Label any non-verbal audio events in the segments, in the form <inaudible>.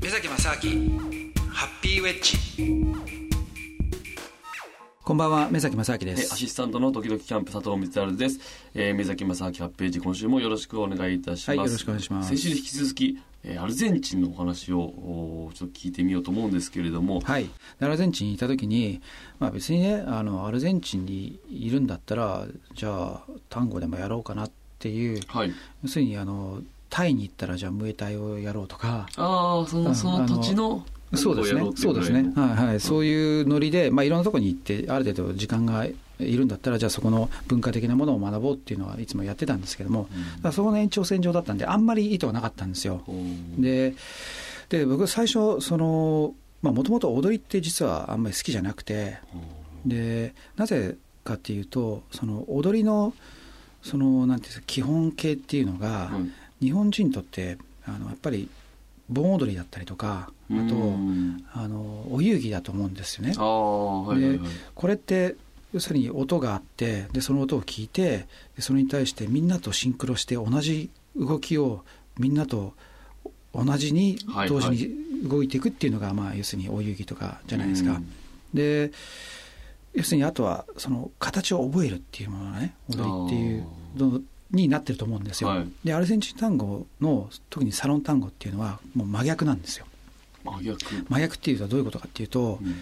目崎正明ハッピーウェッジこんばんは目崎正明でえアすシスタントの時々キャンプ佐藤光晴です。えー、目崎正明8ページ今週もよろしくお願いいたします。はいよろしくお願いします先週に引き続き、えーアルゼンチンのお話をおーちょっと聞いてみようと思うんですけれども、はい、でアルゼンチンにいた時に、まあ、別にねあのアルゼンチンにいるんだったらじゃあ単語でもやろうかなっていうはい。要するにあのタイに行ったらじゃあムエタイをやろうとかああ、そうんの、その土地の、そうですねこやろっていそうですぐねらい、のはいはい、そういうノリで、まあ、いろんなところに行ってある程度時間がいるんだったらじゃあそこの文化的なものを学ぼうっていうのはいつもやってたんですけども、だからそこの延長線上だったんであんまり意図はなかったんですよ。ほうでで僕最初そのもともと踊りって実はあんまり好きじゃなくてほうでなぜかっていうとその踊りのそのなんていうんですか基本形っていうのが、はい日本人にとってあのやっぱり盆踊りだったりとかうあとんあのお遊戯だと思うんですよねあ。あ、はいはいはい。これって要するに音があってでその音を聞いてでそれに対してみんなとシンクロして同じ動きをみんなと同じにはい同時に動いていくっていうのが、まあ、要するにお遊戯とかじゃないですか。で要するにあとはその形を覚えるっていうものがね踊りっていうのになってると思うんですよ。はいでアルゼンチン単語の特にサロン単語っていうのはもう真逆なんですよ。真逆。真逆っていうのはどういうことかっていうと、うん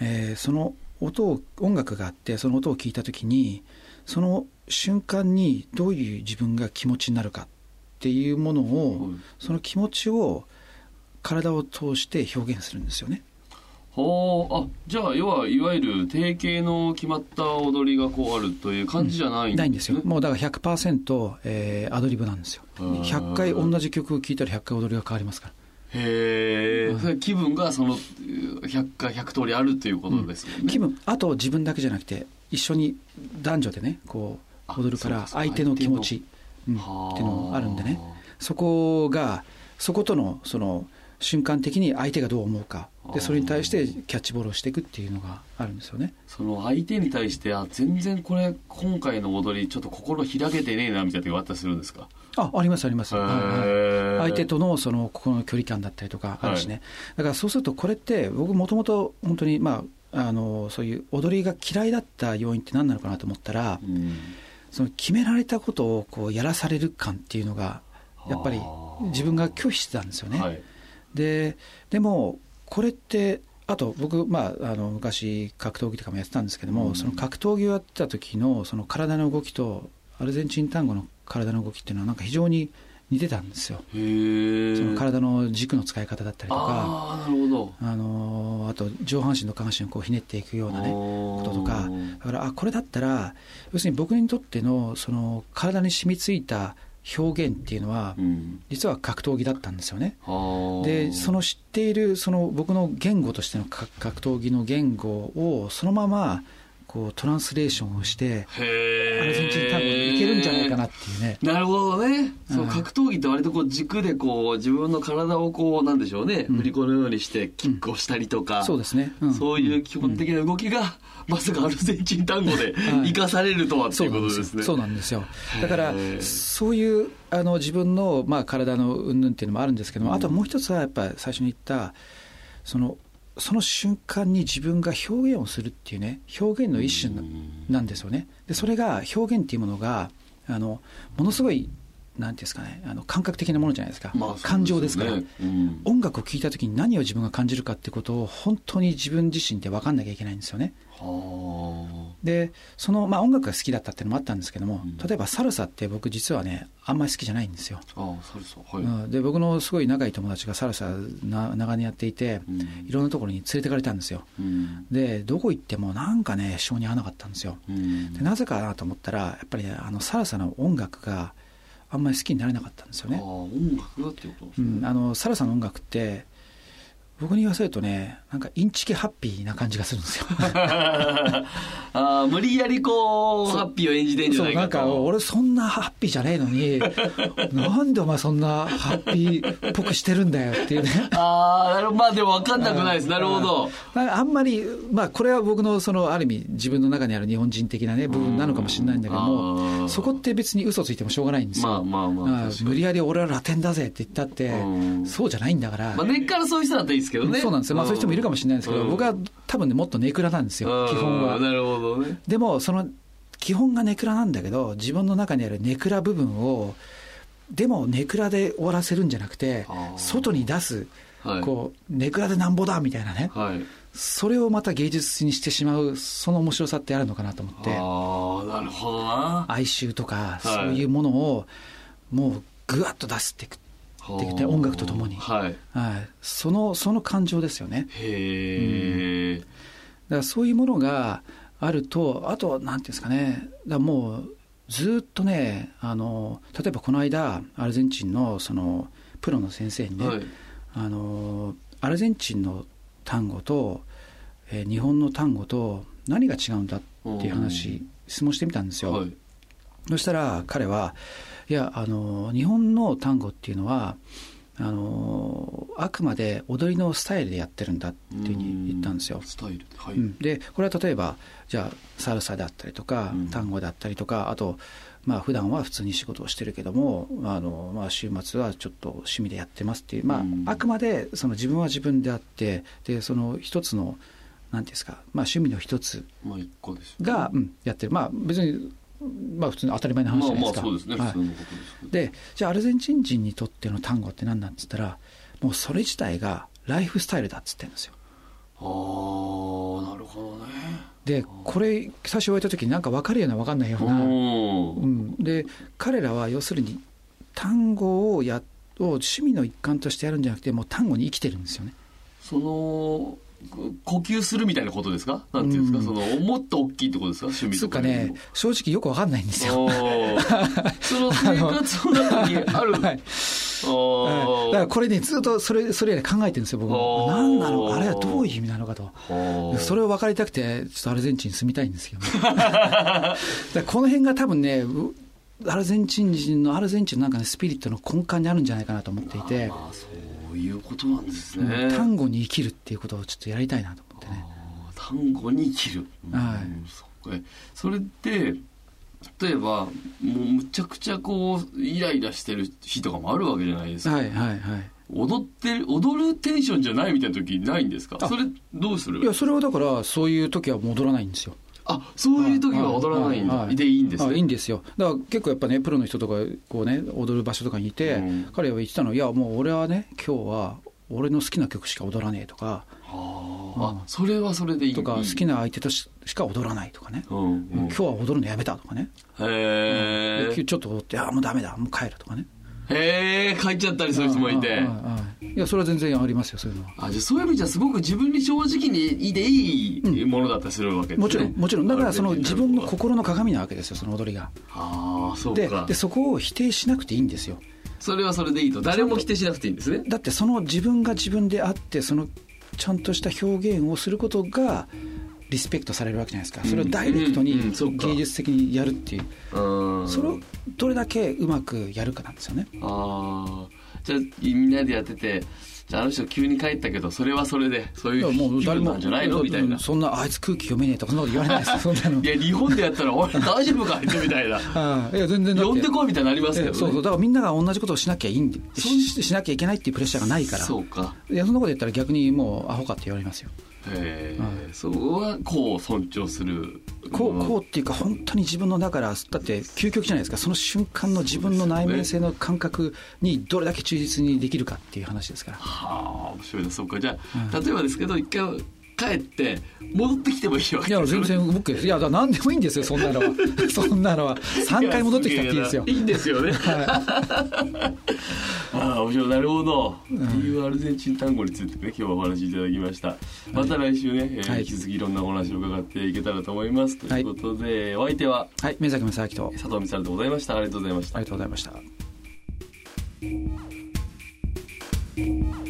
えーその音を音楽があってその音を聞いた時にその瞬間にどういう自分が気持ちになるかっていうものを、はいその気持ちを体を通して表現するんですよね。ほうあじゃあ要はいわゆる定型の決まった踊りがこうあるという感じじゃないんですね、ないんですよ。もうだから100%、えーアドリブなんですよ。へー100回同じ曲を聴いたら100回踊りが変わりますから。へえ、それ気分がその100回100通りあるということですよね、気分あと自分だけじゃなくて一緒に男女でねこあう踊るかそうらかそうか相手の気持ち、うん、っていうはあのがあるんでねそこがそことのその瞬間的に相手がどう思うかあーでそれに対してキャッチボールをしていくっていうのがあるんですよね。その相手に対してあ全然これ今回の踊りちょっと心開けてねえなみたいな時があったりするんですかあありますあります、へはいはいー相手とのそのここの距離感だったりとかあるしね、はだからそうするとこれって僕もともと本当にまああのそういう踊りが嫌いだった要因って何なのかなと思ったら、うんその決められたことをこうやらされる感っていうのがやっぱりはあ自分が拒否してたんですよね。はいででもこれってあと僕、まあ、あの昔格闘技とかもやってたんですけども、うんその格闘技をやってた時のその体の動きとアルゼンチン単語の体の動きっていうのはなんか非常に似てたんですよ。へえその体の軸の使い方だったりとかああなるほどあのあと上半身と下半身をこうひねっていくようなねこととかだからあこれだったら要するに僕にとってのその体に染みついた表現っていうのはうん実は格闘技だったんですよね。はあでその知っているその僕の言語としての格格闘技の言語をそのままこうトランスレーションをしてアへールゼンチン単語にいけるんじゃないかなっていうね。なるほどね。そううん格闘技って割とこう軸でこう自分の体をこうなんでしょうね、うん振り子のようにしてキックをしたりとか、そうですね、うんそういう基本的な動きが、まさかアルゼンチン単語で <laughs> はい生かされるとはってそいううなこんとでですよすね。そうななんですよだからへえそういうあの自分の、まあ、体の云々っていうのもあるんですけども、あともう一つはやっぱり最初に言ったそのその瞬間に自分が表現をするっていうね表現の一種ななんですよねでそれが表現っていうものがあのものすごいなんていうんですかねあの感覚的なものじゃないですか、まあそうよね感情ですから。うん音楽を聴いた時に何を自分が感じるかってことを本当に自分自身で分かんなきゃいけないんですよね。はでその、まあ、音楽が好きだったっていうのもあったんですけども、うん例えばサルサって僕実はねあんまり好きじゃないんですよ、あ、ああ、サルサ、はい。うんで僕のすごい仲いい友達がサルサな長年やっていてうんいろんなところに連れてかれたんですようんでどこ行ってもなんかね性に合わなかったんですようんでなぜかなと思ったらやっぱりねあのサルサの音楽があんまり好きになれなかったんですよあねあ、音楽がっていうことうん、あのサルサの音楽って僕に言わせるとねなんかインチキハッピーな感じがするんですよ <laughs> あー無理やりこうハッピーを演じてんじゃそなういなかんかと俺そんなハッピーじゃねえの <laughs> になんでお前そんなハッピーっぽくしてるんだよっていうねああなるほどまあでも分かんなくないですなるほどなんかあんまり、まあ、これは僕のそのある意味自分の中にある日本人的な、ね、部分なのかもしれないんだけどあーもそこって別に嘘ついてもしょうがないんですよ、まあまあまああー確かに無理やり俺はラテンだぜって言ったってうんそうじゃないんだから、まあ根っからそういう人だったらいいですけどねそうなんですよ、まあ、そういう人もいるかもしれないですけど、うん僕は多分ねもっとネクラなんですよ基本うんなはるほどねでもその基本がネクラなんだけど自分の中にあるネクラ部分をでもネクラで終わらせるんじゃなくてあー外に出す、はいこうネクラでなんぼだみたいなね、はいそれをまた芸術にしてしまうその面白さってあるのかなと思ってああなるほどな哀愁とかはいそういうものをもうぐわっと出すっていく、って言って音楽とともにはいはい、そのその感情ですよねへえ、だからそういうものがあるとあとなんていうんですかねだからもうずっとねあの例えばこの間アルゼンチンのそのプロの先生にね、はいあのアルゼンチンの単語と、えー日本の単語と何が違うんだっていう話質問してみたんですよ、はいそしたら彼はいやあの日本の単語っていうのはあのあくまで踊りのスタイルでやってるんだっていうふうに言ったんですよう、スタイルはい、うん、でこれは例えばじゃあサルサだったりとかうん単語だったりとかあとまあ普段は普通に仕事をしてるけどもあの、まあ、週末はちょっと趣味でやってますっていう、まうんあ、あくまでその自分は自分であってでその一つのなんていうんですか、まあ、趣味の一つまあ一個ですよねが、うん、やってるまあ別に、まあ、普通に当たり前の話じゃまあないでますあか。そうですね、はい普通のことですけどでじゃあアルゼンチン人にとっての単語って何なんっつったらもうそれ自体がライフスタイルだっつってるんですよ。ああなるほどねでこれ最初言われた時になんか分かるような分かんないような。ううんん、で彼らは要するに単語をやを趣味の一環としてやるんじゃなくてもう単語に生きてるんですよねそのこ呼吸するみたいなことですかなんていうんですか、そのもっと大きいってことですか趣味つうとかかよりねも正直よくわかんないんですよ <laughs> おーその生活の中にあるあはい、はいだからこれねずっとそれそれ以来考えてるんですよ僕おー何なのかあれはどういう意味なのかとそれをを分かりたくてちょっとアルゼンチンに住みたいんです <laughs> けどねだからこの辺が多分ねうアルゼンチン人のアルゼンチンのなんかねスピリットの根幹にあるんじゃないかなと思っていてあーそういうことなんですうんね単語に生きるっていうことをちょっとやりたいなと思ってねあー単語に生きる、うんはいそっかそれで例えばもうむちゃくちゃこうイライラしてる日とかもあるわけじゃないですか、はいはいはい踊ってる踊るテンションじゃないみたいな時ないんですかあそれどうするいやそれはだからそういう時は戻らないんですよあそういう時は踊らないんだ、はでいいんですあねいいんですよだから結構やっぱねプロの人とかこうね踊る場所とかにいて、うん彼は言ってたのいやもう俺はね今日は俺の好きな曲しか踊らねえとかあーあそれはそれでいいとかい好いきな相手とししか踊らないとかね、うんうん今日は踊るのやめたとかね、へでえ、ちょっと踊ってああもうダメだもう帰るとかねへえ書いちゃったりする人もいてはいはいはいいやそれは全然ありますよそういうのはあじゃあそういう意味じゃすごく自分に正直にいでいいものだったりするわけですねもちろんもちろんだからそのある自程度分の心の鏡なわけですよその踊りがああそうでかでそこを否定しなくていいんですよそれはそれでいいと誰も否定しなくていいんですねだってその自分が自分であってそのちゃんとした表現をすることがリスペクトされるわけじゃないですかそれをダイレクトにうんうんそっか芸術的にやるっていううんそれをどれだけうまくやるかなんですよねああじゃあみんなでやっててじゃああの人急に帰ったけどそれはそれでそういう気分なんじゃないのみたいなうんそんなあいつ空気読めねえとかそんなこと言われ <laughs> ないですよそんなのいや日本でやったら「おい大丈夫か?」み <laughs> たいなはいいや全然だって呼んでこいみたいになりますえけどえねそうそうだからみんなが同じことをしなきゃいいんでそしういうしなきゃいけないっていうプレッシャーがないからそうかいやそんなこと言ったら逆にもうアホかって言われますよへはえそこはこう尊重するこうこううっていうか本当に自分のだからだって究極じゃないですかその瞬間の自分の内面性の感覚にどれだけ忠実にできるかっていう話ですからはあ面白いなそうかじゃあ例えばですけど一回帰って戻ってきてもいいわけいや全然 OK ですいやだから何でもいいんですよそんなのはそんなのは3回戻ってきたっていいですよいいんですよね。 <laughs> ああ、面白い、なるほど。っていうアルゼンチン単語についてね、今日はお話しいただきました。また来週ね、えーはい引き続きいろんなお話を伺っていけたらと思います。とはいいうことで、お相手ははい目崎正明と佐藤美沙でございました。ありがとうございましたありが。とうございました